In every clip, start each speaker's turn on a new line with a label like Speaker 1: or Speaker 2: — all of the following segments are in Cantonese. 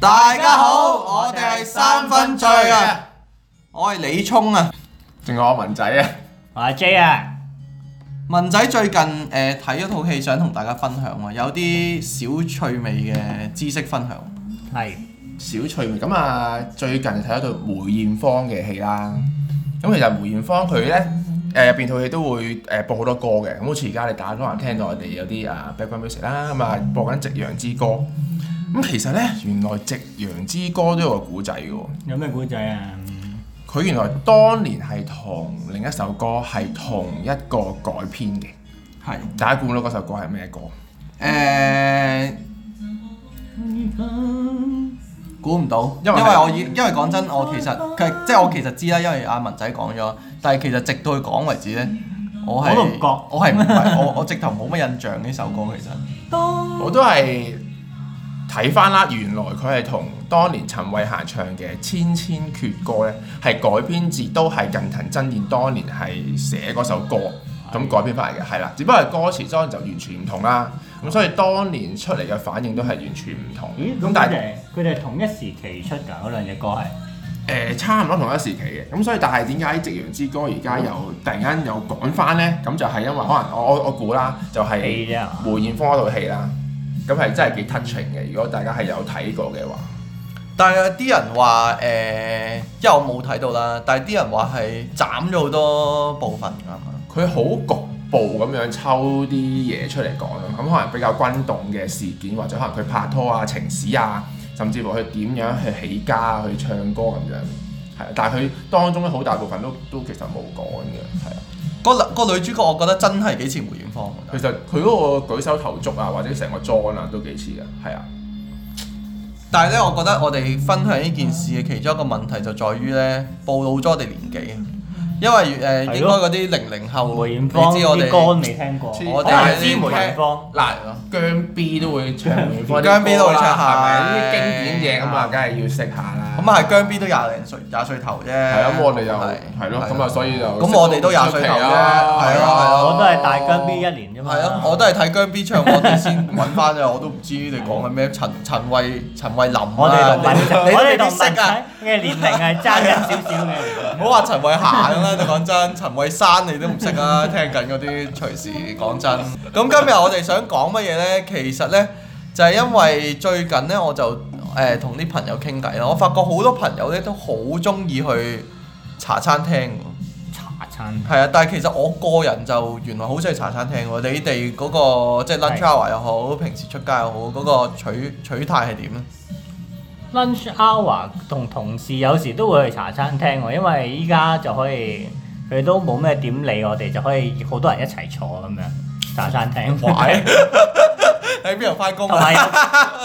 Speaker 1: 大家好，我哋係三分醉啊！我係李聰啊，
Speaker 2: 仲有我文仔啊，
Speaker 3: 我係 J 啊，
Speaker 1: 文仔最近誒睇咗套戲，想同大家分享啊，有啲小趣味嘅知識分享。
Speaker 3: 係
Speaker 2: 小趣味咁啊！最近睇咗套梅艷芳嘅戲啦。咁其實梅艷芳佢咧誒入邊套戲都會誒播好多歌嘅。咁好似而家你打可能聽到我哋有啲啊 background music 啦，咁啊播緊《夕陽之歌》。咁其實咧，原來《夕陽之歌》都有個古仔嘅喎。
Speaker 3: 有咩古仔啊？
Speaker 2: 佢原來當年係同另一首歌係同一個改編嘅。
Speaker 1: 係
Speaker 2: 大家估唔到嗰首歌係咩歌？
Speaker 1: 誒，估唔到，因
Speaker 2: 因為
Speaker 1: 為我以因為講真，我其實佢即係我其實知啦，因為阿文仔講咗，但係其實直到佢講為止咧，我係
Speaker 3: 我都唔覺
Speaker 1: 我係唔係我我直頭冇乜印象呢首歌其實。
Speaker 2: 我都係睇翻啦，原來佢係同當年陳慧嫻唱嘅《千千闕歌》咧，係改編自都係近藤真彥當年係寫嗰首歌咁改編翻嚟嘅，係啦。只不過係歌詞當然就完全唔同啦，咁所以當年出嚟嘅反應都係完全唔同。
Speaker 3: 咦，
Speaker 2: 咁
Speaker 3: 咁
Speaker 2: 但
Speaker 3: 佢
Speaker 2: 係
Speaker 3: 哋佢哋係同一時期出㗎嗰兩隻歌係，
Speaker 2: 誒、差唔多同一時期嘅，咁所以但係點解《夕陽之歌》而家又突然間又趕翻呢？咁就係因為可能我我我估啦，就係、
Speaker 3: 戲啫係嘛
Speaker 1: 啊
Speaker 2: 梅艷芳嗰套戲啦，咁係真係幾 touching 嘅。如果大家係有睇過嘅話，
Speaker 1: 但係有啲人話誒、因為我冇睇到啦，但係啲人話係斬咗好多部分㗎嘛。
Speaker 2: 佢好局部咁樣抽啲嘢出嚟講咯，咁可能比較轟動嘅事件，或者可能佢拍拖啊、情史啊，甚至乎佢點樣去起家啊、去唱歌咁樣，係啊。但係佢當中咧好大部分都都其實冇講嘅，係啊。
Speaker 1: 個女個女主角我覺得真係幾似梅艷芳㗎
Speaker 2: 其實佢嗰個舉手投足啊，或者成個裝啊，都幾似嘅，係啊。
Speaker 1: 但係咧，我覺得我哋分享呢件事嘅其中一個問題就在於咧，暴露咗我哋年紀，啊因為誒、
Speaker 3: 係咯
Speaker 1: 應該嗰啲零零後，
Speaker 3: 梅
Speaker 1: 你
Speaker 3: 艷
Speaker 1: 知
Speaker 3: 芳
Speaker 1: 我
Speaker 3: 啲歌
Speaker 1: 哋
Speaker 3: 未聽過，
Speaker 2: 知
Speaker 3: 我
Speaker 1: 我哋
Speaker 3: 哋知梅艷芳。
Speaker 2: 嗱，姜 B 都會 唱梅艷芳啲歌啦，
Speaker 1: 姜 B 都會唱下
Speaker 2: 係咪呢啲經典嘢咁啊，
Speaker 3: 係
Speaker 2: 梗係要識下啦。
Speaker 1: 咁啊係姜 B 都廿零歲廿歲頭啫，
Speaker 2: 係啊，咁我哋又
Speaker 1: 係
Speaker 2: 係咯，咁啊，所以就
Speaker 1: 咁我哋都廿歲頭啫
Speaker 2: 識到
Speaker 1: 係啊係啊
Speaker 3: 我都係大姜 B 一年啫嘛。
Speaker 1: 係啊，我都係睇姜 B 唱歌我哋先揾翻啫，我都唔知你講緊咩陳陳慧陳慧琳啊
Speaker 3: 我哋同文
Speaker 1: 你你
Speaker 3: 我哋
Speaker 1: 你
Speaker 3: 同
Speaker 1: 識啊？
Speaker 3: 文仔嘅年齡係爭緊少少嘅。
Speaker 1: 唔好話陳慧嫻啦，你講真，陳慧珊你都唔識啊，聽緊嗰啲隨時講真。咁今日我哋想講乜嘢呢？其實呢，就係、因為最近呢，我就誒同啲朋友傾偈啦，我發覺好多朋友呢都好中意去茶餐廳喎。
Speaker 3: 茶餐
Speaker 1: 係啊，但係其實我個人就原來好中意茶餐廳喎。你哋嗰、個即係 lunch hour 又好，平時出街又好，嗰、個取取態係點呢？啊
Speaker 3: lunch hour 同同事有時都會去茶餐廳喎，因為依家就可以佢都冇咩點理我哋，就可以好多人一齊坐咁樣茶 餐廳。
Speaker 1: 喺邊度翻工
Speaker 3: 同埋
Speaker 1: 啊？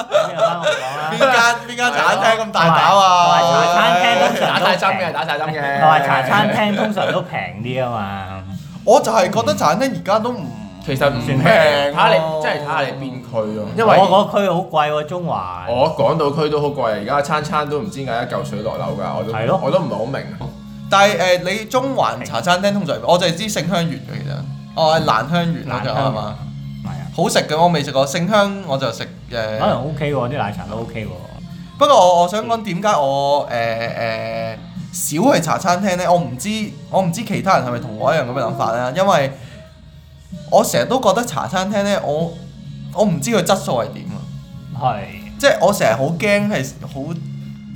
Speaker 3: 有咁又翻我講啦
Speaker 1: 邊。間邊間茶餐廳咁大膽啊？
Speaker 3: 同埋茶餐廳都
Speaker 2: 打晒針嘅，打晒針嘅。
Speaker 3: 同埋茶餐廳通常都平啲啊嘛，
Speaker 1: 我就係覺得茶餐廳而家都唔
Speaker 2: 其實唔平，睇下你即係睇下你邊區咯，因為
Speaker 3: 我嗰區好貴喎，中環。
Speaker 2: 我港島區都好貴，而家餐餐都唔知點解一嚿水落樓㗎，我
Speaker 3: 係咯
Speaker 2: 都我都唔係好明。啊
Speaker 1: 但係誒、你中環茶餐廳通常我就係知勝香園嘅其實，我係蘭香園嗰
Speaker 3: 蘭
Speaker 1: 隻
Speaker 3: 香
Speaker 1: 係嘛？
Speaker 3: 係啊，
Speaker 1: 好食嘅我未食過，勝香我就食誒。
Speaker 3: 可能 OK 喎，啲奶茶都 OK 喎。
Speaker 1: 不過我我想講點解我誒誒、少去茶餐廳呢？我唔知我唔知其他人係咪同我一樣咁嘅諗法啦，因為我成日都覺得茶餐廳呢，我我唔知佢質素係點啊，
Speaker 3: 係。
Speaker 1: 即係我成日好驚係好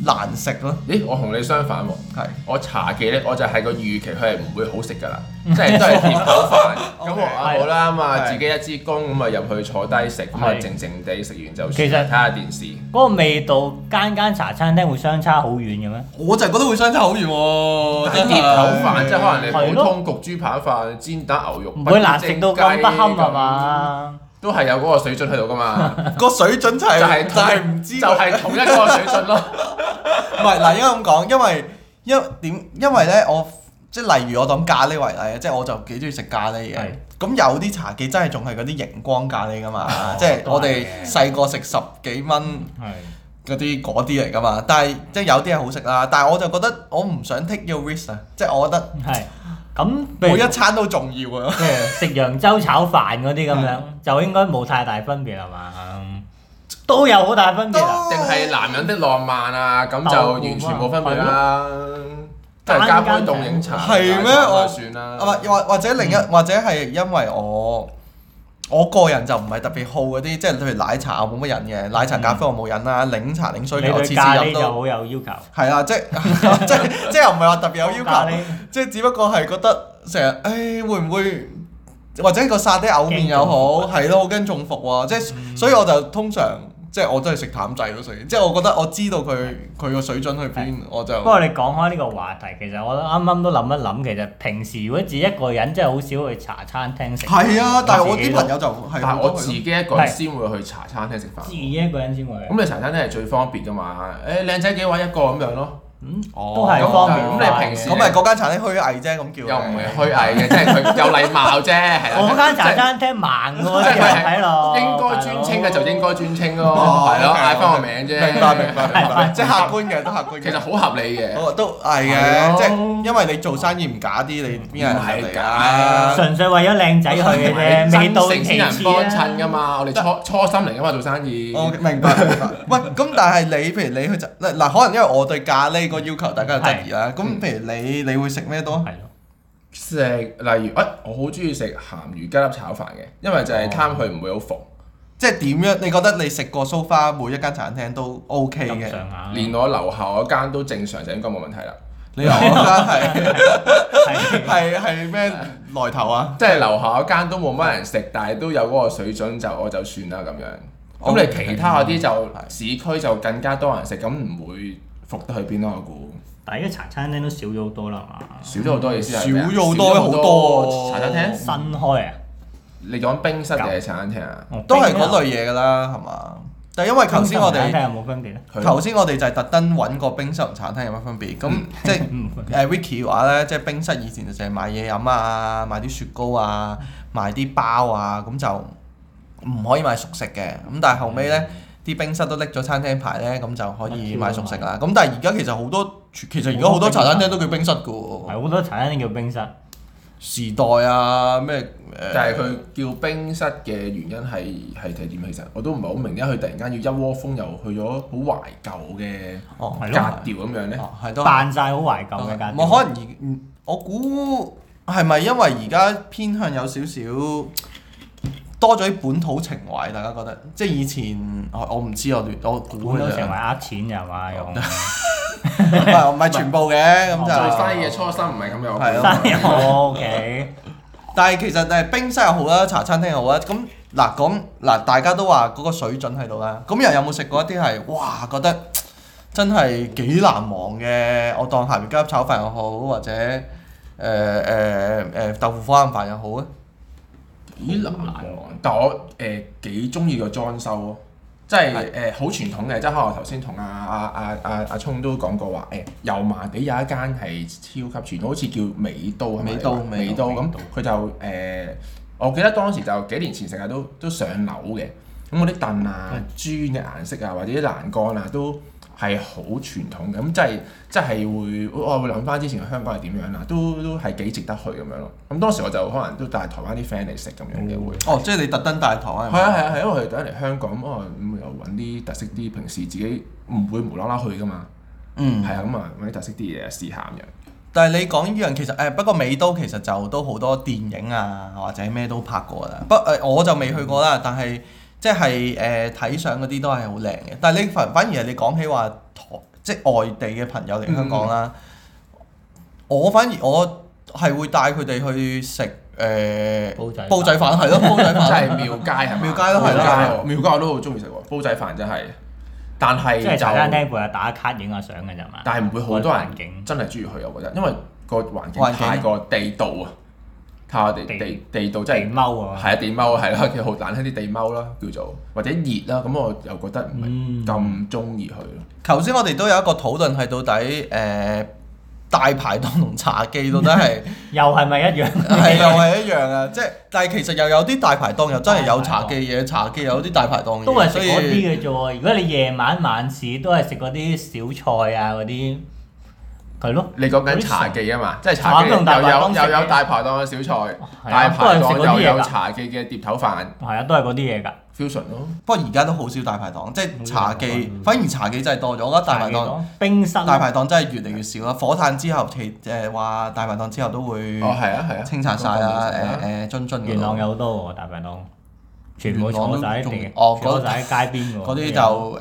Speaker 1: 難食咯，
Speaker 2: 咦，我同你相反喎。
Speaker 1: 係。
Speaker 2: 我茶記咧，我就係個預期佢係唔會好食㗎 啦，即係都係鐵口飯。咁
Speaker 1: OK，
Speaker 2: 我啊好啦咁啊，
Speaker 1: 係
Speaker 2: 自己一支公咁啊入去坐低食，咁啊
Speaker 3: 係
Speaker 2: 靜靜地食完就
Speaker 3: 其實
Speaker 2: 算啦睇下電視。
Speaker 3: 嗰個味道間間茶餐廳會相差好遠嘅咩？
Speaker 1: 我就係覺得會相差好遠喎、真係
Speaker 2: 但係碟頭飯即係可能你
Speaker 3: 係
Speaker 2: 普
Speaker 3: 咯
Speaker 2: 通焗豬扒飯、煎蛋牛肉，
Speaker 3: 唔會難食到咁不堪係？嘛？
Speaker 2: 都係有嗰個水準喺度㗎嘛，
Speaker 1: 個水準就係、
Speaker 2: 就係
Speaker 1: 就
Speaker 2: 同
Speaker 1: 係唔知
Speaker 2: 就
Speaker 1: 個
Speaker 2: 係同一個水準咯。
Speaker 1: 唔係嗱，應該咁講，因為因點因為咧，我即係例如我當咖喱為例，啊即係我就幾中意食咖喱嘅
Speaker 3: 係。
Speaker 1: 咁有啲茶記真係仲係嗰啲熒光咖喱噶嘛，
Speaker 3: 哦
Speaker 1: 即係我哋細個食十幾蚊
Speaker 3: 係
Speaker 1: 嗰啲嗰啲嚟噶嘛。但係即係有啲係好食啦，但係我就覺得我唔想 take your risk 啊，即係我覺得
Speaker 3: 係。咁譬
Speaker 1: 每一
Speaker 3: 如
Speaker 1: 餐都重要啊。
Speaker 3: 譬啊如食揚州炒飯嗰啲咁樣，就應該冇太大分別係嘛？都有好大分別啊！
Speaker 2: 定係男人的浪漫啊？咁就完全冇分別啦，都
Speaker 3: 係咯
Speaker 2: 係加杯凍檸茶，
Speaker 1: 係咩
Speaker 2: 大家
Speaker 1: 我
Speaker 2: 算
Speaker 1: 啊，
Speaker 3: 嗯
Speaker 2: 啦
Speaker 1: 或。或或者另一或者係因為我我個人就唔係特別好嗰啲，即係譬如奶茶我冇乜癮嘅，奶茶咖啡我冇癮啦，檸茶檸水
Speaker 3: 你
Speaker 1: 嘅我次次
Speaker 3: 對咖
Speaker 1: 飲
Speaker 3: 喱就
Speaker 1: 都
Speaker 3: 好有要求，
Speaker 1: 係啦，即係 即係即係又唔係話特別有要
Speaker 3: 咖
Speaker 1: 求，
Speaker 3: 喱
Speaker 1: 即係只不過係覺得成日誒會唔會？或者個沙爹藕面又好，係咯，好驚中伏喎！即係所以我就通常即係我都係食淡仔咯，所以即係我覺得我知道佢佢個水準去邊，我就
Speaker 3: 不過你講開呢個話題，其實我啱啱都諗一諗，其實平時如果自己一個人，真係好少去茶餐廳食。
Speaker 1: 係啊！但係我
Speaker 3: 自己
Speaker 1: 啲
Speaker 3: 都
Speaker 1: 朋友就係
Speaker 2: 但係我自
Speaker 1: 係
Speaker 2: 己一個人先會去茶餐廳食飯
Speaker 3: 自。己一個人先會去，
Speaker 2: 咁你茶餐廳係最方便噶嘛？誒靚仔幾位一個咁樣咯，
Speaker 3: 嗯，
Speaker 1: 哦
Speaker 3: 都係方便
Speaker 2: 咁
Speaker 3: 快嘅。
Speaker 2: 你平時
Speaker 1: 咁咪嗰間茶廳虛偽啫，咁叫
Speaker 2: 又唔係虛偽嘅，即係佢有禮貌啫，係啦。
Speaker 3: 我間
Speaker 2: 即係
Speaker 3: 茶餐廳盲嘅
Speaker 2: 即
Speaker 3: 喎，
Speaker 2: 係
Speaker 3: 啲人睇
Speaker 1: 哦
Speaker 3: 落
Speaker 2: 應該專稱嘅就應該專稱咯，係咯，嗌翻個名啫。
Speaker 1: 明白明白明白，即係客觀嘅，都客觀嘅。
Speaker 2: 其實好合理嘅，
Speaker 1: 我哦都係
Speaker 2: 係
Speaker 1: 嘅，
Speaker 2: 咯
Speaker 1: 即係因為你做生意唔假啲，你邊有人合理啊
Speaker 2: 唔 係㗎？
Speaker 3: 純粹為咗靚仔去嘅啫，未到
Speaker 2: 真誠
Speaker 3: 其
Speaker 2: 先人
Speaker 3: 次
Speaker 2: 幫
Speaker 3: 啊
Speaker 2: 襯。噶嘛，我哋初初心嚟噶嘛做生意。
Speaker 1: 我哦明白明白。喂，咁但係你譬如你去就嗱嗱，可能因為我對咖喱個要求大家有質疑啦。咁譬如你你會食咩多？
Speaker 3: 係咯，
Speaker 2: 食例如，誒我好中意食鹹魚雞粒炒飯嘅，因為就
Speaker 1: 哦
Speaker 2: 係貪佢唔會好服，
Speaker 1: 即係點樣？你覺得你食過 so far 每一間餐廳都 OK
Speaker 3: 咁
Speaker 1: 嘅？
Speaker 3: 上下。
Speaker 2: 連我樓下嗰間都正常就應該冇問題啦。
Speaker 1: 你話嗰間係
Speaker 3: 係
Speaker 1: 係係咩來頭啊？
Speaker 2: 即係樓下嗰間都冇乜人食，但係都有嗰個水準就我就算啦咁樣。
Speaker 1: 哦
Speaker 2: 咁你其他嗰啲就
Speaker 1: 係
Speaker 2: 市區就更加多人食，咁唔會服得去邊咯？我估
Speaker 3: 但係而家茶餐廳都少咗好多啦嘛，
Speaker 2: 少咗好多意思
Speaker 1: 少
Speaker 2: 係咩啊
Speaker 1: 咗好多好多
Speaker 2: 茶餐廳。
Speaker 3: 新開啊，
Speaker 2: 你講冰室定係茶餐廳啊？
Speaker 1: 都係嗰類嘢㗎啦，係嘛？但係因為頭先我哋
Speaker 3: 睇下有冇分別啊咧。
Speaker 2: 佢
Speaker 1: 頭先我哋就係特登揾個冰室同茶餐廳有乜分別，咁即係
Speaker 3: 嗯
Speaker 1: 誒 Vicky 話咧，即係冰室以前就淨係買嘢飲啊，買啲雪糕啊，買啲包啊，咁就唔可以買熟食嘅。咁但係後尾咧，啲冰室都拎咗餐廳牌咧，咁就可以買熟食啦。咁但係而家其實好多，其實而家好多茶餐廳都叫冰室嘅喎，
Speaker 3: 係好多茶餐廳叫冰室，
Speaker 1: 時代啊咩誒，
Speaker 2: 但係佢叫冰室嘅原因係係係點？啊其實我都唔係好明，點解佢突然間要一窩蜂又去咗好懷舊嘅
Speaker 1: 哦
Speaker 3: 係
Speaker 2: 格
Speaker 3: 咯
Speaker 2: 調咁樣咧？
Speaker 1: 哦係都係
Speaker 3: 扮晒好懷舊嘅價
Speaker 1: 我可能而嗯啊我估嗯係咪因為而家偏向有少少多咗啲本土情懷？大家覺得即係以前我我唔知我亂我估
Speaker 3: 本
Speaker 1: 嘅
Speaker 3: 都成為
Speaker 1: 啫，
Speaker 3: 呃錢又嘛用，
Speaker 1: 哦唔係唔係全部嘅咁
Speaker 3: 最
Speaker 2: 最
Speaker 1: 就。
Speaker 2: 西嘅初心唔係咁樣，
Speaker 1: 啊係咯
Speaker 3: 生 意好哦 OK，
Speaker 1: 但係其實誒冰室又好啦，茶餐廳又好啦，咁嗱咁嗱大家都話嗰個水準喺度啦。咁又有冇食過一啲係哇覺得真係幾難忘嘅？我當鹹魚雞粒炒飯又好，或者誒誒誒豆腐火腩飯又好啊？
Speaker 2: 幾難喎！但我誒幾中意個裝修咯，即係誒好傳統嘅，即係可能我頭先同阿阿阿阿阿聰都講過話誒，油麻地有一間係超級傳統，好似叫美都係
Speaker 1: 嗯
Speaker 2: 咪
Speaker 1: 美都
Speaker 2: 美
Speaker 1: 美
Speaker 2: 都
Speaker 1: 都
Speaker 2: 咁，佢就誒，我記得當時就幾年前成日都都上樓嘅，咁嗰啲凳啊、磚嘅顏色啊，或者啲欄杆啊都。係好傳統嘅，咁即係即係會，我會諗翻之前香港係點樣啦，啊都都係幾值得去咁樣咯。咁當時我就可能都帶台灣啲 friend 嚟食咁樣嘅會。
Speaker 1: 哦，即係你特登帶糖啊？
Speaker 2: 係啊係啊係，因為佢哋第一嚟香港咁啊，咁又揾啲特色啲，平時自己唔會無啦啦去噶嘛。
Speaker 1: 嗯，
Speaker 2: 係啊，咁啊揾啲特色啲嘢試下咁樣。
Speaker 1: 但係你講呢樣其實誒、不過美都其實就都好多電影啊或者咩都拍過啦。不誒、我就未去過啦，但係即係誒睇相嗰啲都係好靚嘅。但係你反反而係你講起話台即係外地嘅朋友嚟香港啦，我反而我係會帶佢哋去食誒、
Speaker 3: 煲仔飯
Speaker 1: 煲仔飯係咯，煲仔
Speaker 2: 即係
Speaker 1: 飯。
Speaker 2: 廟街係嘛？
Speaker 1: 啊廟街咯係咯
Speaker 2: 廟街廟街我都好中意食喎，煲仔飯真係。但係
Speaker 3: 即係
Speaker 2: 就
Speaker 3: 茶餐廳每日打卡影下相嘅啫嘛。
Speaker 2: 但係唔會好多
Speaker 3: 環
Speaker 2: 人
Speaker 3: 境
Speaker 2: 真係中意去，我覺得，因為個環境
Speaker 1: 環境
Speaker 2: 太過地道啊，太過地
Speaker 3: 地
Speaker 2: 地地道
Speaker 3: 地
Speaker 2: 真係。
Speaker 3: 踎啊，
Speaker 2: 係啊，地踎係啦， 佢好難聽啲地踎啦，叫做或者熱啦，咁我又覺得唔係
Speaker 3: 嗯
Speaker 2: 咁中意佢咯。
Speaker 1: 頭先我哋都有一個討論係到底誒、大排檔同茶記到底係。
Speaker 3: 又係咪一樣？
Speaker 1: 係又係一樣啊！即係，但係其實又有啲大排檔又真係有茶記嘢，茶記有啲大排檔嘢，
Speaker 3: 都係食
Speaker 1: 所以
Speaker 3: 嗰啲嘅啫喎。如果你夜晚晚市都係食嗰啲小菜啊嗰啲，係咯，
Speaker 2: 你講緊茶記啊嘛，即係茶
Speaker 3: 茶
Speaker 2: 記又
Speaker 3: 記同大排檔
Speaker 2: 有
Speaker 3: 食嘅
Speaker 2: 又有大排檔嘅小菜，
Speaker 3: 係啊
Speaker 2: 大排
Speaker 3: 都係食
Speaker 2: 檔
Speaker 3: 嗰啲嘢㗎
Speaker 2: 又有茶記嘅碟頭飯，
Speaker 3: 係啊，都係嗰啲嘢㗎。
Speaker 2: fusion 咯。
Speaker 1: 不過而家都好少大排檔，即係茶記，反而茶記真係多咗。我覺得大排檔。
Speaker 3: 冰室
Speaker 1: 大排檔真係越嚟越少啦，火炭之後其誒話大排檔之後都會
Speaker 3: 嗯
Speaker 2: 哦，係啊，係啊，
Speaker 1: 清拆晒啦，
Speaker 2: 誒
Speaker 1: 誒誒津津嗰度
Speaker 3: 元朗有好多喎，大排檔全部坐晒喺地
Speaker 1: 元朗都仲哦嗰
Speaker 3: 坐晒喺街邊喎。
Speaker 1: 嗰啲就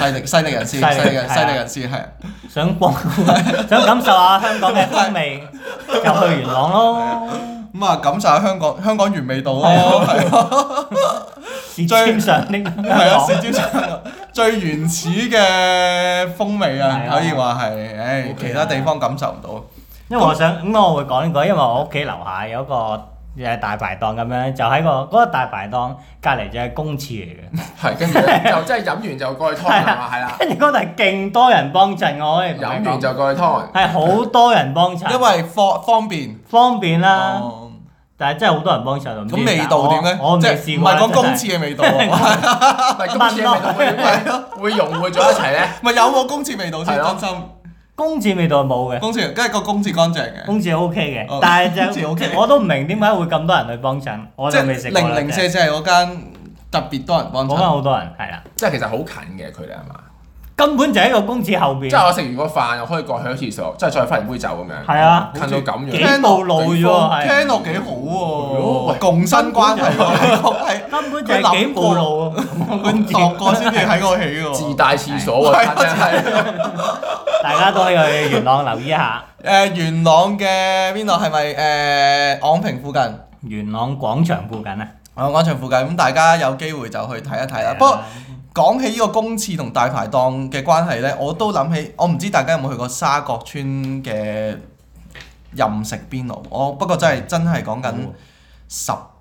Speaker 1: 誒 勢力勢力人士，
Speaker 3: 勢力
Speaker 1: 勢力人
Speaker 3: 係啊
Speaker 1: 勢力人士係。
Speaker 3: 想光 想感受下香港嘅風味，就去元朗咯，
Speaker 1: 咁啊，感受下香港香港原味道咯，
Speaker 3: 啊
Speaker 1: 係咯，
Speaker 3: 舌尖上的香
Speaker 1: 係啊，
Speaker 3: 港。
Speaker 1: 舌尖上嘅最原始嘅風味啊
Speaker 3: 係，啊
Speaker 1: 可以話係，誒其他地方感受唔到。
Speaker 3: 因為我想咁，我會講呢個，因為我屋企樓下有一個誒大排檔咁樣，就喺個嗰個大排檔隔離就係公廁嚟嘅，
Speaker 2: 係跟住就真係飲完就過去湯啦，
Speaker 1: 啊
Speaker 2: 係 啦，
Speaker 3: 跟住嗰度係勁多人幫襯，我可以同
Speaker 2: 飲
Speaker 3: 你
Speaker 2: 完
Speaker 3: 講，
Speaker 2: 就過去湯。
Speaker 3: 係好多人幫
Speaker 1: 因
Speaker 3: 襯，
Speaker 1: 為方方便。
Speaker 3: 方便啦，
Speaker 1: 哦
Speaker 3: 但係真係好多人幫襯。唔知
Speaker 1: 咁味
Speaker 3: 點解
Speaker 1: 道點咧？
Speaker 3: 我我
Speaker 1: 即
Speaker 3: 未
Speaker 1: 係
Speaker 3: 試
Speaker 1: 唔
Speaker 3: 過啦，
Speaker 1: 係講公
Speaker 3: 真係
Speaker 1: 廁嘅味道喎？
Speaker 2: 但係公司味道會會會融匯咗一齊咧。
Speaker 1: 咪有冇公廁味道先？
Speaker 2: 係咯
Speaker 1: 真心
Speaker 3: 公廁味道係冇嘅。
Speaker 1: 公廁，跟住個公廁乾淨嘅，
Speaker 3: 公廁 O K
Speaker 1: 哦
Speaker 3: 嘅，但係
Speaker 1: 公廁
Speaker 3: 就
Speaker 1: OK
Speaker 3: 我都唔明點解會咁多人去幫襯，我
Speaker 1: 即
Speaker 3: 就未食
Speaker 1: 係
Speaker 3: 過啦
Speaker 1: 零零
Speaker 3: 真
Speaker 1: 舍
Speaker 3: 係
Speaker 1: 舍係嗰間特別多人幫
Speaker 3: 講
Speaker 1: 襯。
Speaker 3: 緊好多人係啦，
Speaker 2: 即係其實好近嘅距離係嘛？
Speaker 3: 根本就喺個公廁後邊
Speaker 2: 即，係我食完個飯，我可以過去咗廁所，即係再翻嚟杯酒咁樣。
Speaker 3: 係啊
Speaker 2: 近到咁
Speaker 3: 幾
Speaker 2: 樣。
Speaker 1: 聽
Speaker 3: 步路啫喎，係
Speaker 1: 聽落幾好
Speaker 2: 哦
Speaker 1: 喎，
Speaker 2: 喂
Speaker 1: 共生關係喎，係
Speaker 3: 根本就係幾步路喎，公
Speaker 1: 佢度
Speaker 3: 廁
Speaker 1: 過先至喺我起喎。
Speaker 2: 自帶廁所
Speaker 1: 啊
Speaker 2: 喎，真係
Speaker 3: 大家都可以去元朗留意一下，
Speaker 1: 誒、元朗嘅邊度係咪誒昂坪附近？
Speaker 3: 元朗廣場附近啊，
Speaker 1: 昂廣場附近，咁大家有機會就去睇一睇啊
Speaker 2: 啊
Speaker 1: 啦。不
Speaker 3: 啊
Speaker 1: 過講起呢個公廁同大排檔嘅關係呢，我都諗起，我唔知大家有冇去過沙角村嘅任食邊爐？我不過真係真係講緊十
Speaker 2: 嗯哦
Speaker 1: 啊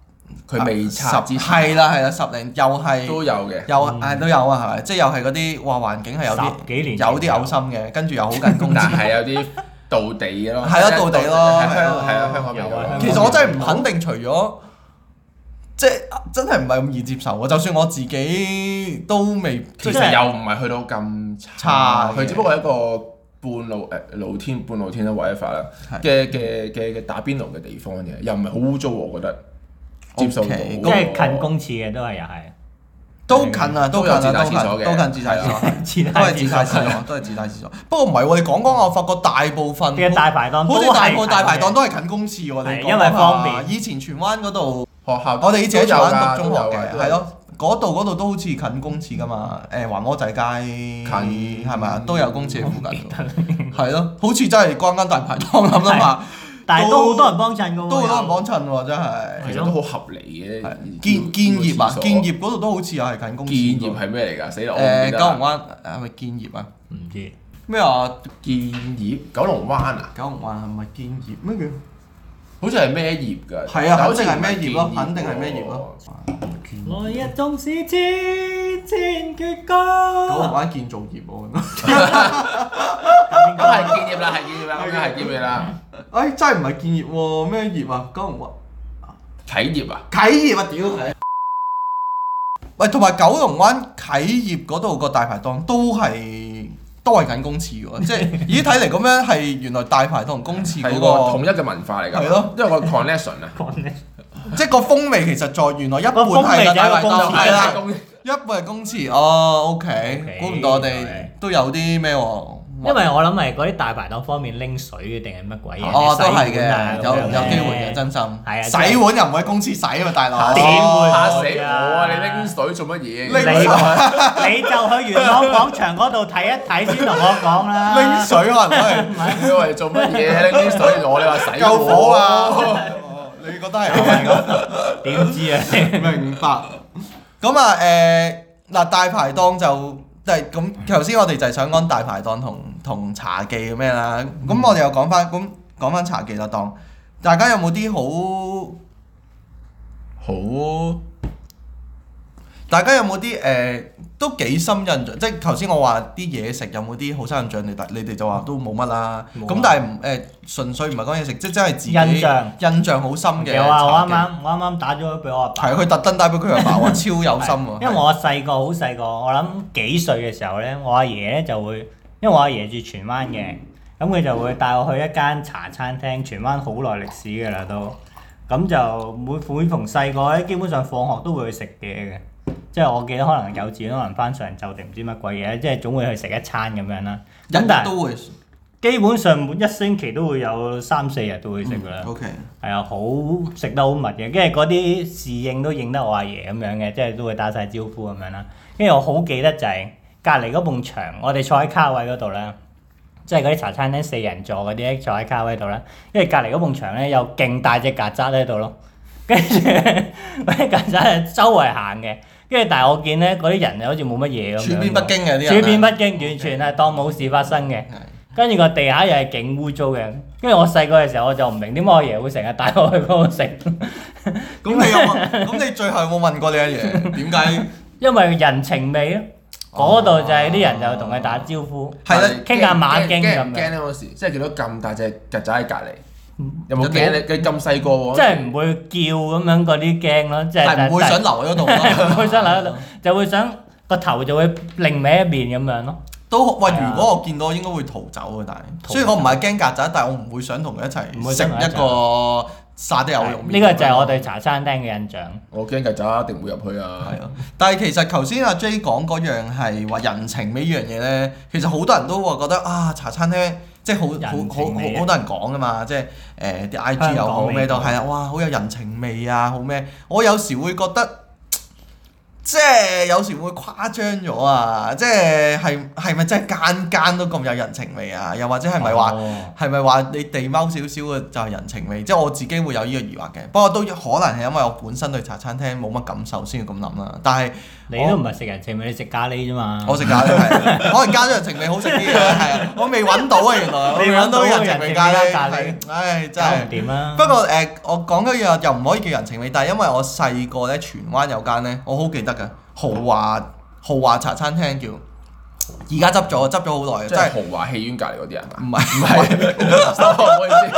Speaker 2: 佢未拆
Speaker 1: 十
Speaker 2: 之前
Speaker 1: 係啦係啦，十零又係
Speaker 2: 都有 嘅。
Speaker 1: 有誒都有啊，係咪？即係又係嗰啲哇環境係有啲
Speaker 3: 十幾年前
Speaker 1: 有啲嘔心嘅，跟住又好近公
Speaker 2: 但
Speaker 1: 廁。
Speaker 2: 係有啲道地嘅咯，
Speaker 1: 係啊咯道地咯
Speaker 2: 係香係啊，香港味
Speaker 3: 有啊
Speaker 2: 咯。
Speaker 1: 其實我真係唔肯定，除咗即係真係唔係咁易接受喎。就算我自己都未
Speaker 2: 其
Speaker 1: 即係
Speaker 2: 實又唔係去到咁
Speaker 1: 差
Speaker 2: 差，
Speaker 1: 嘅
Speaker 2: 佢只不過係一個半露誒露天半露天啦，或者法啦
Speaker 1: 係
Speaker 2: 嘅嘅嘅嘅打邊爐嘅地方嘅，又唔係好污糟，我覺得接受到。
Speaker 1: OK，
Speaker 3: 即係近公廁嘅都係又係，
Speaker 1: 嗯都近啊，都
Speaker 2: 嗯都
Speaker 1: 近啊，都
Speaker 2: 有自帶
Speaker 1: 近
Speaker 2: 廁所嘅啊
Speaker 1: 都近自帶廁所，
Speaker 3: 廁
Speaker 1: 都係 自帶廁所，都係自帶廁所。不過唔係喎，你講講我發覺大部分
Speaker 3: 嘅大排檔
Speaker 1: 好
Speaker 3: 都
Speaker 1: 似大
Speaker 3: 係
Speaker 1: 部
Speaker 3: 近
Speaker 1: 分大排檔
Speaker 3: 嘅
Speaker 1: 都係近公廁喎。
Speaker 3: 係
Speaker 1: 你啊
Speaker 3: 因為方便
Speaker 1: 以前荃灣嗰度，
Speaker 2: 哦學校
Speaker 1: 我哋以前喺
Speaker 2: 都
Speaker 1: 荃
Speaker 2: 有㗎
Speaker 1: 灣讀中學嘅，
Speaker 2: 都有㗎
Speaker 1: 係咯。嗰度嗰度都好似近公廁噶嘛，誒環窩仔街
Speaker 2: 近嗯
Speaker 1: 係咪啊？都有公廁喺附近喎，係咯，好似真係關間大排檔咁啊嘛。
Speaker 3: 但係都好多人幫襯嘅喎，
Speaker 1: 都好多人
Speaker 3: 又
Speaker 1: 幫襯喎，真係。
Speaker 2: 其實都好合理嘅。
Speaker 1: 建建業啊，建
Speaker 2: 建
Speaker 1: 業嗰度都好似又係近公司。
Speaker 2: 建業係咩嚟㗎？死啦！我唔
Speaker 1: 誒
Speaker 2: 記
Speaker 1: 九
Speaker 2: 得
Speaker 1: 龍
Speaker 2: 啦。
Speaker 1: 灣係咪建業啊？
Speaker 3: 唔知
Speaker 1: 咩啊？
Speaker 2: 建業九龍灣啊，
Speaker 1: 九龍灣係咪建業咩叫？
Speaker 2: 好似係咩業㗎？
Speaker 1: 係啊，
Speaker 2: 但好
Speaker 1: 肯
Speaker 2: 似
Speaker 1: 定
Speaker 2: 唔
Speaker 1: 係咩業咯，
Speaker 2: 建
Speaker 1: 肯定係咩業咯。
Speaker 3: 來日縱使千千闕
Speaker 1: 九龍
Speaker 3: 歌，
Speaker 1: 灣建造業喎，
Speaker 2: 喎。咁係建業啦，係建業啦，咁樣係建業啦。
Speaker 1: 哎真係唔係建業喎，咩業啊？九龍灣
Speaker 2: 啟業啊，
Speaker 1: 啟業啊，屌！喂，同埋九龍灣啟業嗰度個大排檔都係都係緊公廁喎，即係咦睇嚟咁樣係原來大排檔同公廁
Speaker 2: 係
Speaker 1: 嗰
Speaker 2: 個
Speaker 1: 個
Speaker 2: 統一嘅文化嚟㗎。
Speaker 1: 係咯，
Speaker 2: 因為個 connection 啊。
Speaker 3: 講你
Speaker 1: 即係個風味其實在原來一半
Speaker 3: 個風
Speaker 1: 係
Speaker 3: 味就
Speaker 1: 大排
Speaker 3: 係
Speaker 1: 檔
Speaker 3: 個公廁
Speaker 1: 哦係啊啦，
Speaker 2: 公
Speaker 1: 一半係公廁哦，OK，
Speaker 3: OK，
Speaker 1: 估唔到我哋
Speaker 3: OK
Speaker 1: 都有啲咩喎？
Speaker 3: 因為我諗係嗰啲大排檔方面拎水嘅定係乜鬼嘢？
Speaker 1: 哦，都係
Speaker 3: 洗碗啊
Speaker 1: 嘅，有有
Speaker 3: 咁樣
Speaker 1: 機會嘅，真心。
Speaker 3: 啊
Speaker 1: 洗碗又唔喺公廁洗啊嘛，大佬。
Speaker 3: 點會
Speaker 2: 嚇
Speaker 3: 啊
Speaker 2: 死我啊！你拎水做乜嘢？
Speaker 1: 拎
Speaker 3: 你去 你就去元朗廣場嗰度睇一睇先同我講啦。
Speaker 1: 拎水可能
Speaker 2: 你話嚟做乜 嘢？拎啲水攞你話
Speaker 1: 都係
Speaker 2: 洗
Speaker 1: 救火啊！！ 哦你覺得係咁樣？
Speaker 3: 點知 啊？
Speaker 1: 明白。咁啊誒嗱，大排檔就即係咁。頭先我哋就係想講大排檔同同茶記嘅咩啦。
Speaker 3: 嗯
Speaker 1: 咁我哋又講翻咁講翻茶記啦，當大家有冇啲好？
Speaker 2: 好。
Speaker 1: 大家有冇啲誒都幾深印象？即係頭先我話啲嘢食有冇啲好深印象？你哋你哋就話都冇乜啦。
Speaker 3: 冇啊
Speaker 1: 咁但係唔誒純粹唔係講嘢食，即係真係自己
Speaker 3: 印象
Speaker 1: 印象好深嘅茶記。
Speaker 3: 有啊！我啱啱我啱啱打咗俾我阿爸
Speaker 1: 係。佢特登帶俾佢阿爸 話超有心喎。
Speaker 3: 因為我細個好細個，我諗幾歲嘅時候咧，我阿爺咧就會，因為我阿爺住荃灣
Speaker 1: 嗯
Speaker 3: 嘅，咁佢就會帶我去一間茶餐廳，荃灣好耐歷史㗎啦都，咁就每每逢細個咧，基本上放學都會去食嘢嘅，即係我記得可能幼稚園可能翻上晝定唔知乜鬼嘢，即係總會去食一餐咁樣啦。咁但係
Speaker 1: 都會
Speaker 3: 基本上每一星期都會有三四日都會食噶啦。
Speaker 1: OK，
Speaker 3: 係啊，好食得好密嘅，跟住嗰啲侍應都認得我阿爺咁樣嘅，即係都會打晒招呼咁樣啦。跟住我好記得就係隔離嗰埲牆，我哋坐喺卡位嗰度咧，即係嗰啲茶餐廳四人座嗰啲坐喺卡位度啦。跟住隔離嗰埲牆咧有勁大隻曱甴喺度咯，跟住嗰啲曱甴係周圍行嘅。跟住但係我見咧嗰啲人又好似冇乜嘢咁樣
Speaker 1: 處
Speaker 3: 喎，
Speaker 1: 變不驚嘅啲人啊
Speaker 3: 處變 不驚，完全係當冇事發生嘅。
Speaker 1: 係
Speaker 3: 跟住個地下又係勁污糟嘅，跟住我細個嘅時候我就唔明點解我爺會成日帶我去嗰度食，
Speaker 1: 咁你有冇？咁你最後有冇問過你阿爺點 解？
Speaker 3: 因為人情味咯。嗰度就係啲人就同佢打招呼，
Speaker 1: 係啦
Speaker 3: 傾下馬經咁
Speaker 2: 驚唔驚
Speaker 3: 樣，
Speaker 2: 咧嗰時，即係見到咁大隻曱甴喺隔離，有冇
Speaker 1: 有冇
Speaker 2: 驚你？佢咁細個喎，
Speaker 3: 嗯即係唔會叫咁樣嗰啲驚咯，即係
Speaker 1: 哦但係唔會想留喺嗰度
Speaker 3: 唔
Speaker 1: 咯。
Speaker 3: 會想留喺度，就會想個頭就會另歪一邊咁樣咯。
Speaker 1: 都喂，
Speaker 3: 係啊
Speaker 1: 如果我見到，應該會逃走嘅。但係
Speaker 3: 逃走
Speaker 1: 雖然我唔係驚曱甴，但係我唔會想同佢一
Speaker 3: 唔會
Speaker 1: 齊食
Speaker 3: 想同佢一齊
Speaker 1: 一個沙爹牛肉麵。
Speaker 3: 呢個就係我對茶餐廳嘅印象。
Speaker 2: 我驚曱甴一定會入去啊
Speaker 1: 係！啊，但係其實頭先阿 J 講嗰樣係話人情味呢樣嘢咧，其實好多人都話覺得啊茶餐廳即係好好
Speaker 3: 人
Speaker 1: 好
Speaker 3: 情味啊
Speaker 1: 好好多人講噶嘛，即係誒啲 I G 又
Speaker 3: 香港
Speaker 1: 好
Speaker 3: 味
Speaker 1: 咩都係啊，哇好有人情味啊，好咩？我有時會覺得。即係有時會誇張咗啊！即係係係咪真係間間都咁有人情味啊？又或者係咪話
Speaker 3: 哦
Speaker 1: 係咪話你地踎少少嘅就係人情味？即係我自己會有呢個疑惑嘅。不過都可能係因為我本身對茶餐廳冇乜感受先要咁諗啦。但係
Speaker 3: 你都唔係食人情味，你食咖喱啫嘛。
Speaker 1: 我食咖喱係，可能加咗人情味好食啲嘅，係啊，我未揾到啊，原來我
Speaker 3: 未
Speaker 1: 未
Speaker 3: 揾
Speaker 1: 揾
Speaker 3: 到
Speaker 1: 到
Speaker 3: 人
Speaker 1: 人情
Speaker 3: 情味
Speaker 1: 味
Speaker 3: 咖
Speaker 1: 咖
Speaker 3: 喱
Speaker 1: 喱，係唉真
Speaker 3: 搞唔
Speaker 1: 係。
Speaker 3: 掂啊啦。
Speaker 1: 不過誒、我講嗰樣又唔可以叫人情味，但係因為我細個咧，荃灣有間咧，我好記得嘅豪華豪華茶餐廳叫，而家執咗，執咗好耐，
Speaker 2: 即
Speaker 1: 真係
Speaker 2: 係豪華戲院隔離嗰啲人啊，
Speaker 1: 唔係。
Speaker 2: 唔係，唔好意思。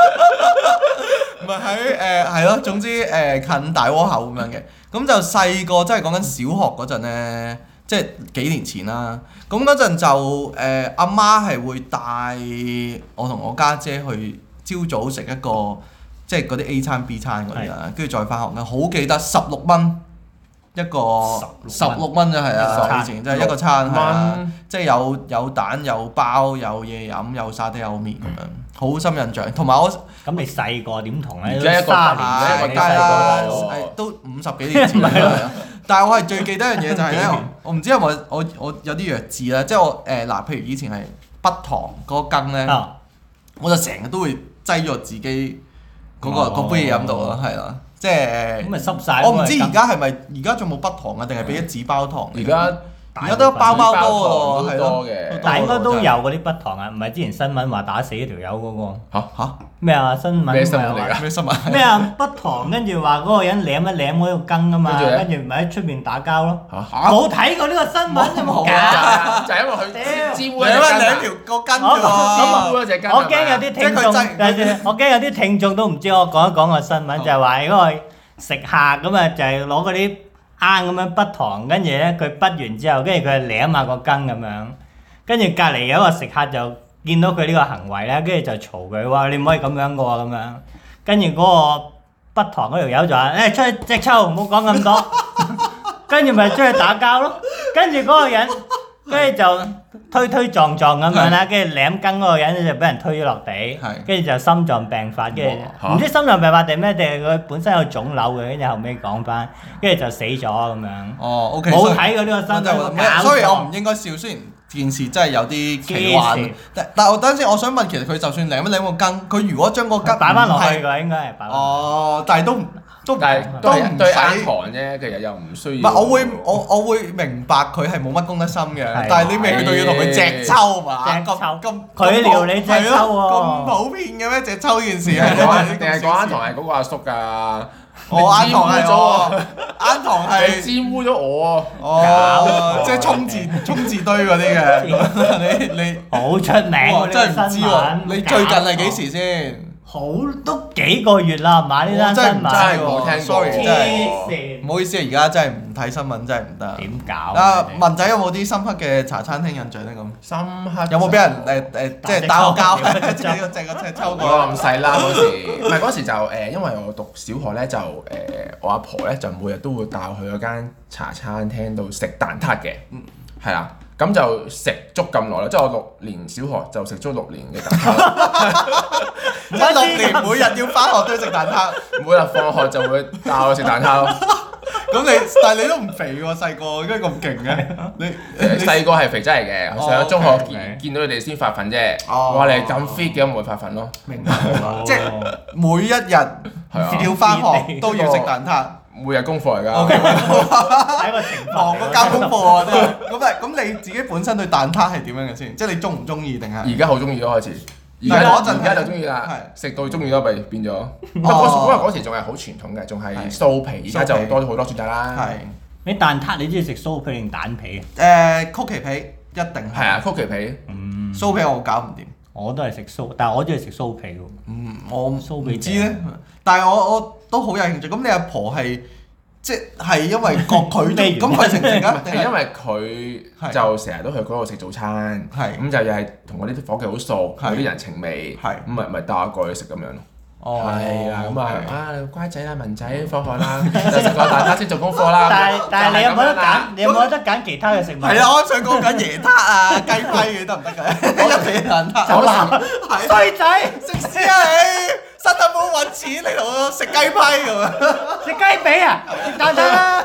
Speaker 1: 唔係喺誒係咯，總之誒、近大窩口咁樣嘅，咁就細個真係講緊小學嗰陣咧，即係幾年前啦。咁嗰陣就誒阿、媽係會帶我同我家姐去朝早食一個即係嗰啲 A 餐 B 餐嗰啲啦，跟住再翻學嘅。好記得十六蚊一個，十
Speaker 3: 16蚊
Speaker 1: 六蚊就係
Speaker 3: 一個餐
Speaker 1: 啊，以前真係一個餐係啊
Speaker 2: 蚊
Speaker 1: 即係有有蛋有包有嘢飲有沙爹有麵咁樣，好深印象。同埋我。
Speaker 3: 咁你細個點同咧？
Speaker 2: 而家一個
Speaker 3: 三
Speaker 2: 大
Speaker 3: 年
Speaker 2: 年
Speaker 3: 前
Speaker 1: 係
Speaker 2: 一
Speaker 1: 梗係啦
Speaker 3: 你細個
Speaker 2: 個大年細個，
Speaker 1: 係都五十幾年前啦。係啊但係我係最記得一樣嘢就係咧，我唔知係咪我我有啲弱智啦，即係我誒嗱，譬如以前係北糖嗰個羹咧，
Speaker 3: 啊
Speaker 1: 我就成日都會擠咗自己嗰個
Speaker 3: 哦
Speaker 1: 嗰杯嘢飲度啦，係啦，即
Speaker 3: 咁
Speaker 1: 係
Speaker 3: 咪濕晒咯。
Speaker 1: 我唔知而家係咪而家仲冇北糖啊，定係俾咗紙包糖？ 啊
Speaker 2: 而家
Speaker 1: 而家都包包多
Speaker 2: 紙
Speaker 1: 㗎喎，係咯
Speaker 2: 包糖都多嘅，
Speaker 3: 但係應該都有嗰啲不糖啊，唔係之前新聞話打死嗰條友嗰個
Speaker 2: 嚇
Speaker 1: 嚇
Speaker 3: 咩啊？新聞
Speaker 2: 咩新聞嚟
Speaker 3: 咪
Speaker 2: 㗎
Speaker 3: 話
Speaker 1: 咩新聞？
Speaker 3: 咩啊？不糖跟住話嗰個人舐一舐嗰個羹啊嘛，
Speaker 2: 跟住咧
Speaker 3: 跟住咪喺出面打交咯。
Speaker 2: 嚇
Speaker 3: 冇睇過呢個新聞，有冇
Speaker 1: 冇啊
Speaker 3: 假？
Speaker 2: 就係因為佢沾 污
Speaker 1: 兩蚊兩條個羹啫
Speaker 2: 沾
Speaker 1: 喎
Speaker 2: 污。嗰只
Speaker 3: 我驚有啲聽眾，
Speaker 1: 即係佢真
Speaker 3: 我驚有啲聽眾都唔知我講一講個新聞，
Speaker 1: 好
Speaker 3: 就係話嗰個食客咁啊，就係攞嗰啲罌咁樣筆糖，跟住咧佢筆完之後，跟住佢舐下個羹咁樣，跟住隔離有一個食客就見到佢呢個行為咧，跟住就嘈佢話你唔可以咁樣噶喎咁樣，跟住嗰個筆糖嗰條友就話啊誒出去隻抽，唔好講咁多。跟住咪出去打交咯。跟住嗰個人，跟住就推推撞撞咁樣啦，跟住舐根嗰個人就俾人推咗落地
Speaker 1: 係，
Speaker 3: 跟住就心臟病發，跟住
Speaker 2: 哇
Speaker 3: 唔知心臟病發定咩定係佢本身有腫瘤嘅，跟住後尾講翻，跟住就死咗咁樣。
Speaker 1: 哦，OK，
Speaker 3: 冇
Speaker 1: 所以
Speaker 3: 睇過呢個新
Speaker 1: 真係
Speaker 3: 聞，
Speaker 1: 唔
Speaker 3: 搞錯
Speaker 1: 係所以我唔應該笑。雖然件事真係有啲奇
Speaker 3: 黐線
Speaker 1: 幻，但但我等陣先，我想問，其實佢就算舐一舐個羹，佢如果將個羹
Speaker 3: 擺翻落去
Speaker 1: 唔係，
Speaker 3: 㗎，應該係擺返落去。
Speaker 1: 哦，但係都唔都唔
Speaker 2: 但係
Speaker 1: 都
Speaker 2: 都
Speaker 1: 唔
Speaker 2: 係對眼
Speaker 1: 使。
Speaker 2: 寒啫，其實又唔需
Speaker 1: 唔
Speaker 2: 要。
Speaker 1: 係，我會我我會明白佢係冇乜公德心
Speaker 3: 係
Speaker 1: 嘅，但係你未去到要同佢隻抽嘛？
Speaker 3: 隻抽
Speaker 1: 咁咁
Speaker 3: 佢撩你隻抽喎
Speaker 1: 係咯咁普遍嘅咩？隻抽件事
Speaker 2: 定係講
Speaker 1: 係
Speaker 2: 定係講啱堂係嗰個阿叔㗎，
Speaker 1: 我啱堂係我
Speaker 2: 你
Speaker 1: 啱堂係。
Speaker 2: 你沾污咗我啊！
Speaker 1: 哦
Speaker 3: 搞，
Speaker 1: 即係衝字衝字堆嗰啲 嘅，你你
Speaker 3: 好出名喎！
Speaker 1: 哇真係唔知喎
Speaker 3: 呢個新聞，
Speaker 1: 你最近係幾時先？
Speaker 3: 好都幾個月啦，買呢單
Speaker 1: 真係
Speaker 3: 新
Speaker 1: 唔知
Speaker 3: 聞，
Speaker 2: 真係冇聽過
Speaker 1: sorry，真係
Speaker 3: 黐線
Speaker 1: 唔好意思，而家真係唔睇新聞真係唔得。
Speaker 3: 點搞
Speaker 1: 啊，
Speaker 3: 啊？
Speaker 1: 文仔有冇啲深刻嘅茶餐廳印象咧？咁
Speaker 2: 深刻
Speaker 1: 有冇 俾人誒誒即係打過哦交？ 即係個隻個隻抽
Speaker 2: 我
Speaker 1: 過。
Speaker 2: 咁細啦嗰時，唔係嗰時就誒、因為我讀小學咧就誒、我阿婆咧就每日都會帶我去嗰間茶餐廳度食蛋撻嘅，係啦、咁就食足咁耐啦，即係我六年小學就食足六年 嘅蛋撻，
Speaker 1: 一六年每日要翻學都要食蛋撻，
Speaker 2: 每日放學就會帶我食蛋撻咯。
Speaker 1: 咁你但係你都唔肥喎，細個應該咁勁嘅你
Speaker 2: 誒
Speaker 1: 你。
Speaker 2: 細個係肥仔嚟嘅，
Speaker 1: 哦
Speaker 2: 上咗中學
Speaker 1: OK，OK
Speaker 2: 見見到你哋先發奮啫。
Speaker 1: 哦
Speaker 2: 哇！你咁 fit 嘅，唔會發奮咯。
Speaker 1: 明白明白，即係
Speaker 3: 哦
Speaker 1: 每一日要翻 學都要食蛋撻。
Speaker 2: 每日功課嚟
Speaker 1: O K，
Speaker 2: 㗎，
Speaker 3: 睇個情
Speaker 1: 忙
Speaker 3: 況
Speaker 1: 過交功課啊！真係咁但係咁你自己本身對蛋撻係點樣嘅先？即係你中唔中意定係？
Speaker 2: 而家好中意咯開始。而家
Speaker 1: 但係嗰陣係哦
Speaker 2: 而家就中意啦，食到中意咯，咪變咗。不過嗰時嗰時仲係好傳統嘅，仲係
Speaker 1: 係
Speaker 2: 酥皮，而家
Speaker 1: 酥
Speaker 2: 就
Speaker 1: 皮
Speaker 2: 多咗好多選擇啦。
Speaker 1: 係
Speaker 3: 你蛋撻你中意食酥皮定蛋皮啊？
Speaker 1: 誒曲奇皮一定
Speaker 2: 係啊，曲奇皮
Speaker 3: 嗯，
Speaker 1: 酥皮我搞唔掂。
Speaker 3: 我都係食酥，但係我中意食酥皮喎。
Speaker 1: 嗯，我
Speaker 3: 酥
Speaker 1: 唔
Speaker 3: 皮
Speaker 1: 知
Speaker 3: 餅
Speaker 1: 咧，但係我我都好有興趣。咁你阿婆係即係因為各 佢
Speaker 3: 咩原因
Speaker 1: 咁佢成唔成啊？定
Speaker 2: 係因
Speaker 1: 係
Speaker 2: 為佢
Speaker 1: 係
Speaker 2: 就成日都去嗰度食早餐，
Speaker 1: 係
Speaker 2: 咁就又係同我啲伙計好熟，
Speaker 1: 係
Speaker 2: 有啲人情味，
Speaker 1: 係
Speaker 2: 咁咪咪帶我過去食咁樣咯。
Speaker 1: 哦
Speaker 2: 係啦，咁啊
Speaker 1: 係
Speaker 2: 啊，你乖仔啦，文仔放學啦，就食個蛋撻先做功課啦。
Speaker 3: 但係但係你有冇得
Speaker 2: 就係咁樣啦
Speaker 3: 揀？？你有冇得揀其他嘅食物？
Speaker 1: 係啊！我想講緊椰撻啊、雞批嘅得唔 得㗎？ 一皮蛋撻
Speaker 2: 走啦
Speaker 1: 係
Speaker 3: 衰仔
Speaker 1: 食屎啊你！身體冇揾錢，你同我食雞批咁樣。
Speaker 3: 食雞髀啊！食蛋撻啦！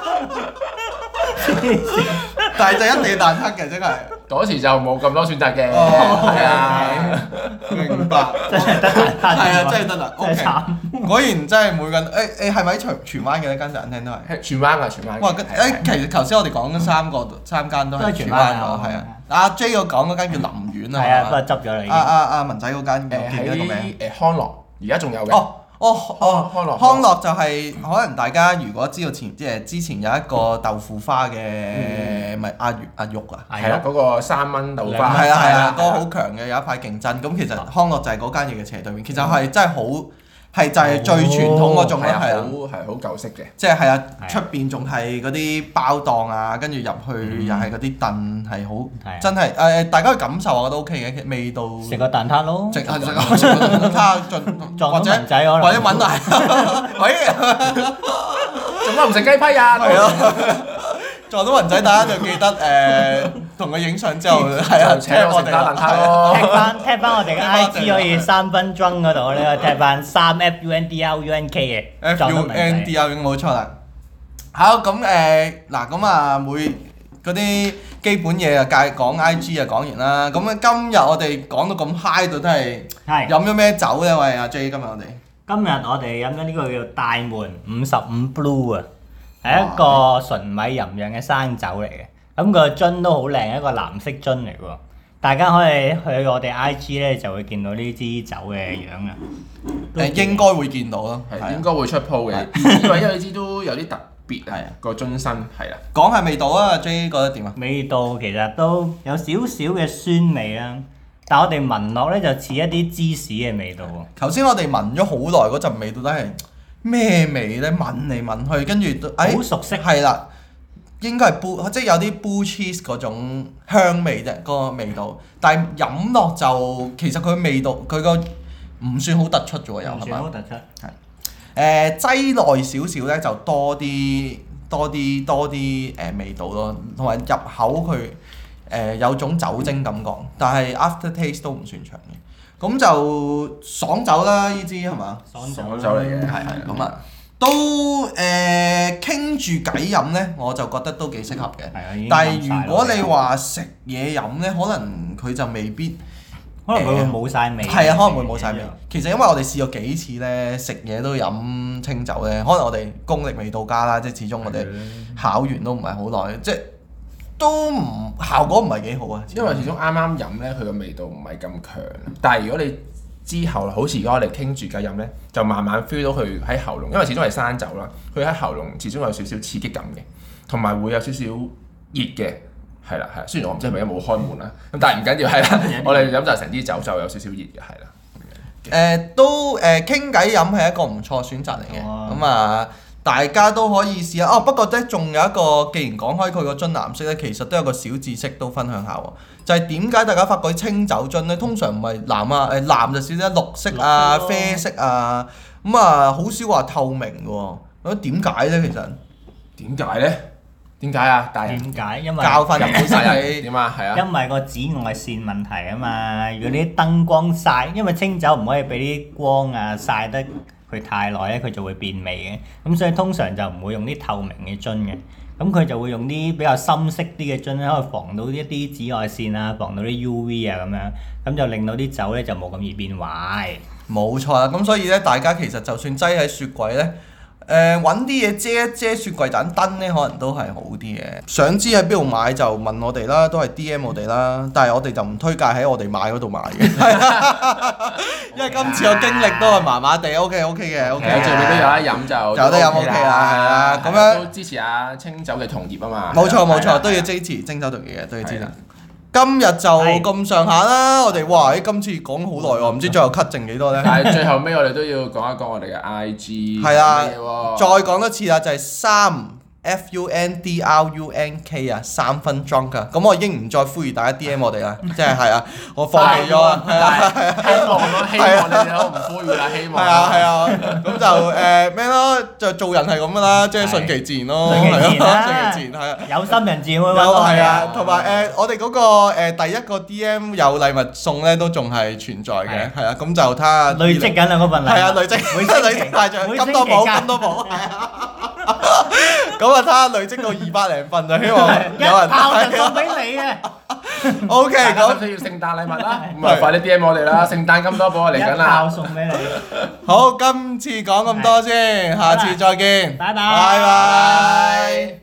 Speaker 1: 但係就一定要蛋撻嘅，真係。
Speaker 2: 嗰時就冇咁多選擇嘅，
Speaker 1: 哦
Speaker 2: 係啊，
Speaker 1: 明白。
Speaker 3: 真係得蛋撻
Speaker 1: 係啊，真係得啦。
Speaker 3: 真係
Speaker 1: OK
Speaker 3: 慘。
Speaker 1: 果然真係每個人誒誒係咪喺荃荃灣嘅呢間茶餐廳都係？
Speaker 2: 係荃灣啊，荃灣嘅。
Speaker 1: 哇！
Speaker 2: 係啊
Speaker 1: 誒，其實頭先我哋講咗三個三間都
Speaker 3: 都
Speaker 1: 係
Speaker 3: 係
Speaker 1: 荃
Speaker 3: 荃
Speaker 1: 灣
Speaker 3: 灣
Speaker 1: 嘅，
Speaker 3: 啊
Speaker 1: 係啊。阿 J 我講嗰間叫林苑
Speaker 3: 係啊，
Speaker 1: 啊
Speaker 3: 不
Speaker 1: 係
Speaker 3: 過
Speaker 1: 嘛，
Speaker 3: 執咗啦已
Speaker 1: 阿
Speaker 3: 經。
Speaker 1: 阿阿文仔嗰間
Speaker 2: 誒
Speaker 1: 我記唔記得個名？
Speaker 2: 喺誒康樂，而家仲有嘅。
Speaker 1: 哦哦哦，
Speaker 2: 康樂
Speaker 1: 康樂就係可能大家如果知道前即係之前有一個豆腐花嘅咪阿月阿玉啊。
Speaker 2: 係啦，嗰個三蚊豆
Speaker 3: 兩
Speaker 2: 花，
Speaker 1: 係啦係啦，嗰個好
Speaker 2: 嗰
Speaker 1: 強嘅有一派競爭。咁其實康樂就係嗰間嘢嘅斜對面，其實係真係好係就係最傳統嗰種
Speaker 2: 係
Speaker 1: 啦，
Speaker 2: 啊，
Speaker 1: 係啊
Speaker 2: 好。係好舊式嘅。
Speaker 1: 即係係啊，
Speaker 3: 係啊
Speaker 1: 出邊仲係嗰啲包檔啊，跟住入去又係嗰啲凳係
Speaker 3: 係
Speaker 1: 好
Speaker 3: 啊
Speaker 1: 真係誒，大家去感受我覺得 OK 嘅，其實味道
Speaker 3: 食個蛋撻咯。
Speaker 1: 直啊直啊，食個撻盡
Speaker 3: 撞
Speaker 1: 或
Speaker 3: 到
Speaker 1: 者
Speaker 3: 文仔可能
Speaker 1: 或者揾大 喂
Speaker 2: 做乜唔食雞批啊？
Speaker 1: 係啊，撞到雲仔大家就記得誒同佢影相之後係啊，
Speaker 2: 就請我食
Speaker 1: 啦
Speaker 2: 蛋撻。
Speaker 1: 係啊
Speaker 2: 咯
Speaker 3: 踢。 翻踢翻我哋嘅
Speaker 1: 踢翻
Speaker 3: IG 可以三分鐘嗰度咧，踢翻三 F U N D R U N K 嘅
Speaker 1: F
Speaker 3: 撞
Speaker 1: U
Speaker 3: 得
Speaker 1: N
Speaker 3: 明
Speaker 1: D
Speaker 3: 仔。
Speaker 1: 啊，已經冇錯啦。好咁誒嗱，咁啊每嗰啲基本嘢啊，介講 I G 啊講完啦。咁啊今日我哋講到咁 high 到真係
Speaker 3: 係，
Speaker 1: 飲咗咩酒咧？喂阿 J，今日我哋
Speaker 3: 今日我哋飲咗呢個叫大門五十五 Blue 啊，係一個純米吟釀嘅生酒嚟嘅。咁個樽都好靚，一個藍色樽嚟喎。大家可以去我哋 IG 咧就會見到呢支酒嘅樣啊。都
Speaker 1: 誒應該會見到咯，係
Speaker 2: 係
Speaker 1: 啊
Speaker 2: 應該會出鋪嘅，因為因為呢支都有啲特別係個樽身係啦。
Speaker 1: 講係味道啊，阿 J 覺得點啊？
Speaker 3: 味道其實都有少少嘅酸味啦，但我哋聞落咧就似一啲芝士嘅味道喎。
Speaker 1: 頭先我哋聞咗好耐嗰陣味，到底係咩味咧？聞嚟聞去，跟住都哎誒
Speaker 3: 好熟悉
Speaker 1: 係啦。應該係 blue，即係有啲 blue cheese 嗰種香味啫，個味道。但係飲落就其實佢味道佢個唔算好突出咗喎，又係
Speaker 3: 嗯唔算好
Speaker 1: 嘛？
Speaker 3: 突出。
Speaker 1: 誒擠耐少少咧，就多啲多啲多啲誒、呃味道咯，同埋入口佢誒、有種酒精感覺，但係 after taste 都唔算長嘅。咁就爽酒啦，呢支係嘛？
Speaker 3: 爽
Speaker 2: 爽酒嚟嘅，係係
Speaker 1: 咁啊，都誒傾住偈飲呢，我就覺得都幾適合嘅。
Speaker 3: 係啊已經
Speaker 1: 但係
Speaker 3: 飲晒啦
Speaker 1: 如果你話食嘢飲呢，可能佢就未必
Speaker 3: 可能佢會冇晒味。
Speaker 1: 係啊，可能會冇晒味。其實因為我哋試過幾次呢，食嘢都飲清酒呢，可能我哋功力未到家啦，即係始終我哋考完都唔係好耐，即係都唔效果唔係幾好啊。
Speaker 2: 因為始終啱啱飲咧，佢個味道唔係咁強。但係如果你之後好似而家我哋傾住偈飲咧，就慢慢 feel 到佢喺喉嚨，因為始終係生酒啦，佢喺喉嚨始終有少少刺激感嘅，同埋會有少少熱嘅。係啦，係啦，雖然我唔知係咪因為冇開門啦，咁但係唔緊要，係啦，我哋飲就成支酒就有少少熱嘅，係啦。
Speaker 1: 誒、呃都誒傾偈飲係一個唔錯選擇嚟嘅，
Speaker 3: 哇
Speaker 1: 咁啊大家都可以試下。哦，不過咧仲有一個，既然講開佢個樽藍色咧，其實都有個小知識都分享下喎，就係點解大家發覺清酒樽咧通常唔係藍啊誒藍就少啲，綠色啊
Speaker 3: 綠色咯
Speaker 1: 啡色啊，咁啊好少話透明嘅喎，咁點解咧其實？
Speaker 2: 點解咧？點解啊？大人
Speaker 3: 點解？因為
Speaker 1: 教訓人
Speaker 2: 飲
Speaker 1: 本身
Speaker 2: 晒 人
Speaker 1: 係
Speaker 2: 點啊？係啊，
Speaker 3: 因為個紫外線問題啊嘛，如果啲燈光曬，因為清酒唔可以俾啲光啊曬得佢太耐咧，佢就會變味嘅。咁所以通常就唔會用啲透明嘅樽嘅，咁佢就會用啲比較深色啲嘅樽咧，可以防到一啲紫外線啊，防到啲 UV 啊咁樣，咁就令到啲酒咧就冇咁易變壞。
Speaker 1: 冇錯啦，咁所以咧，大家其實就算擠喺雪櫃咧，誒揾啲嘢遮一遮雪櫃盞燈咧，可能都係好啲嘅。想知喺邊度買就問我哋啦，都係 D M 我哋啦，但係我哋就唔推介喺我哋買嗰度買 嘅，因為今次個經歷都係麻麻地，OK OK 嘅，OK
Speaker 2: 其啊實最尾都有
Speaker 1: 嘅。
Speaker 2: 得飲就
Speaker 1: 有得飲
Speaker 2: OK
Speaker 1: OK 啦係啦咁
Speaker 2: 係啊
Speaker 1: 樣
Speaker 2: 都支持下清酒嘅同業啊嘛。
Speaker 1: 冇錯冇
Speaker 2: 係啊
Speaker 1: 錯，都要支持蒸手獨嘅，都要支
Speaker 2: 係
Speaker 1: 持
Speaker 2: 啊。
Speaker 1: 今日就
Speaker 3: 係
Speaker 1: 咁上下啦，我哋哇！咦今次講好耐喎，唔知最後 cut 剩幾多咧？
Speaker 2: 但係最後尾我哋都要講一講我哋嘅 I G
Speaker 1: 係啦再
Speaker 2: 再
Speaker 1: 講多次啦，就係三 F U N D R U N K 啊，三分 drunk 啊。咁我已經唔再呼籲大家 D M 我哋啦，即係係啊，我放棄咗啊，係啊。
Speaker 2: 希望咯，希望你哋都唔灰㗎啦，希
Speaker 1: 係
Speaker 2: 望
Speaker 1: 啊係啊，咁就誒咩咯，就做人係咁噶啦，即係順其自然咯，
Speaker 3: 順
Speaker 1: 係
Speaker 3: 其自然
Speaker 1: 啊，順
Speaker 3: 啦
Speaker 1: 其自然係啊。
Speaker 3: 有心人自然會
Speaker 1: 有
Speaker 3: 揾到
Speaker 1: 係
Speaker 3: 係
Speaker 1: 啊，同埋誒，我哋嗰個誒第一個 D.M 有禮物送咧，都仲係存在嘅，係啊，咁就睇下
Speaker 3: 累積緊兩個份量。
Speaker 1: 係啊，累積
Speaker 3: 每 星期
Speaker 1: 累積大獎，
Speaker 3: 每星
Speaker 1: 金
Speaker 3: 期
Speaker 1: 多寶，
Speaker 3: 加
Speaker 1: 金多寶。 咁啊，睇下累積到二百零份就希望
Speaker 3: 一
Speaker 1: 有人
Speaker 3: 炮就
Speaker 1: 睇
Speaker 3: 送
Speaker 1: 啦。
Speaker 3: 俾你啊嘅。
Speaker 1: O K，
Speaker 2: 大家
Speaker 1: 咁
Speaker 2: 都需要聖誕禮物啦，咁啊快啲 D M 我哋啦，聖誕金多寶啊嚟
Speaker 1: 啊
Speaker 2: 緊
Speaker 3: 一炮
Speaker 2: 啦，
Speaker 3: 送俾你。
Speaker 1: 好，今次講咁多先，下次再見，
Speaker 3: 拜拜
Speaker 1: 拜拜。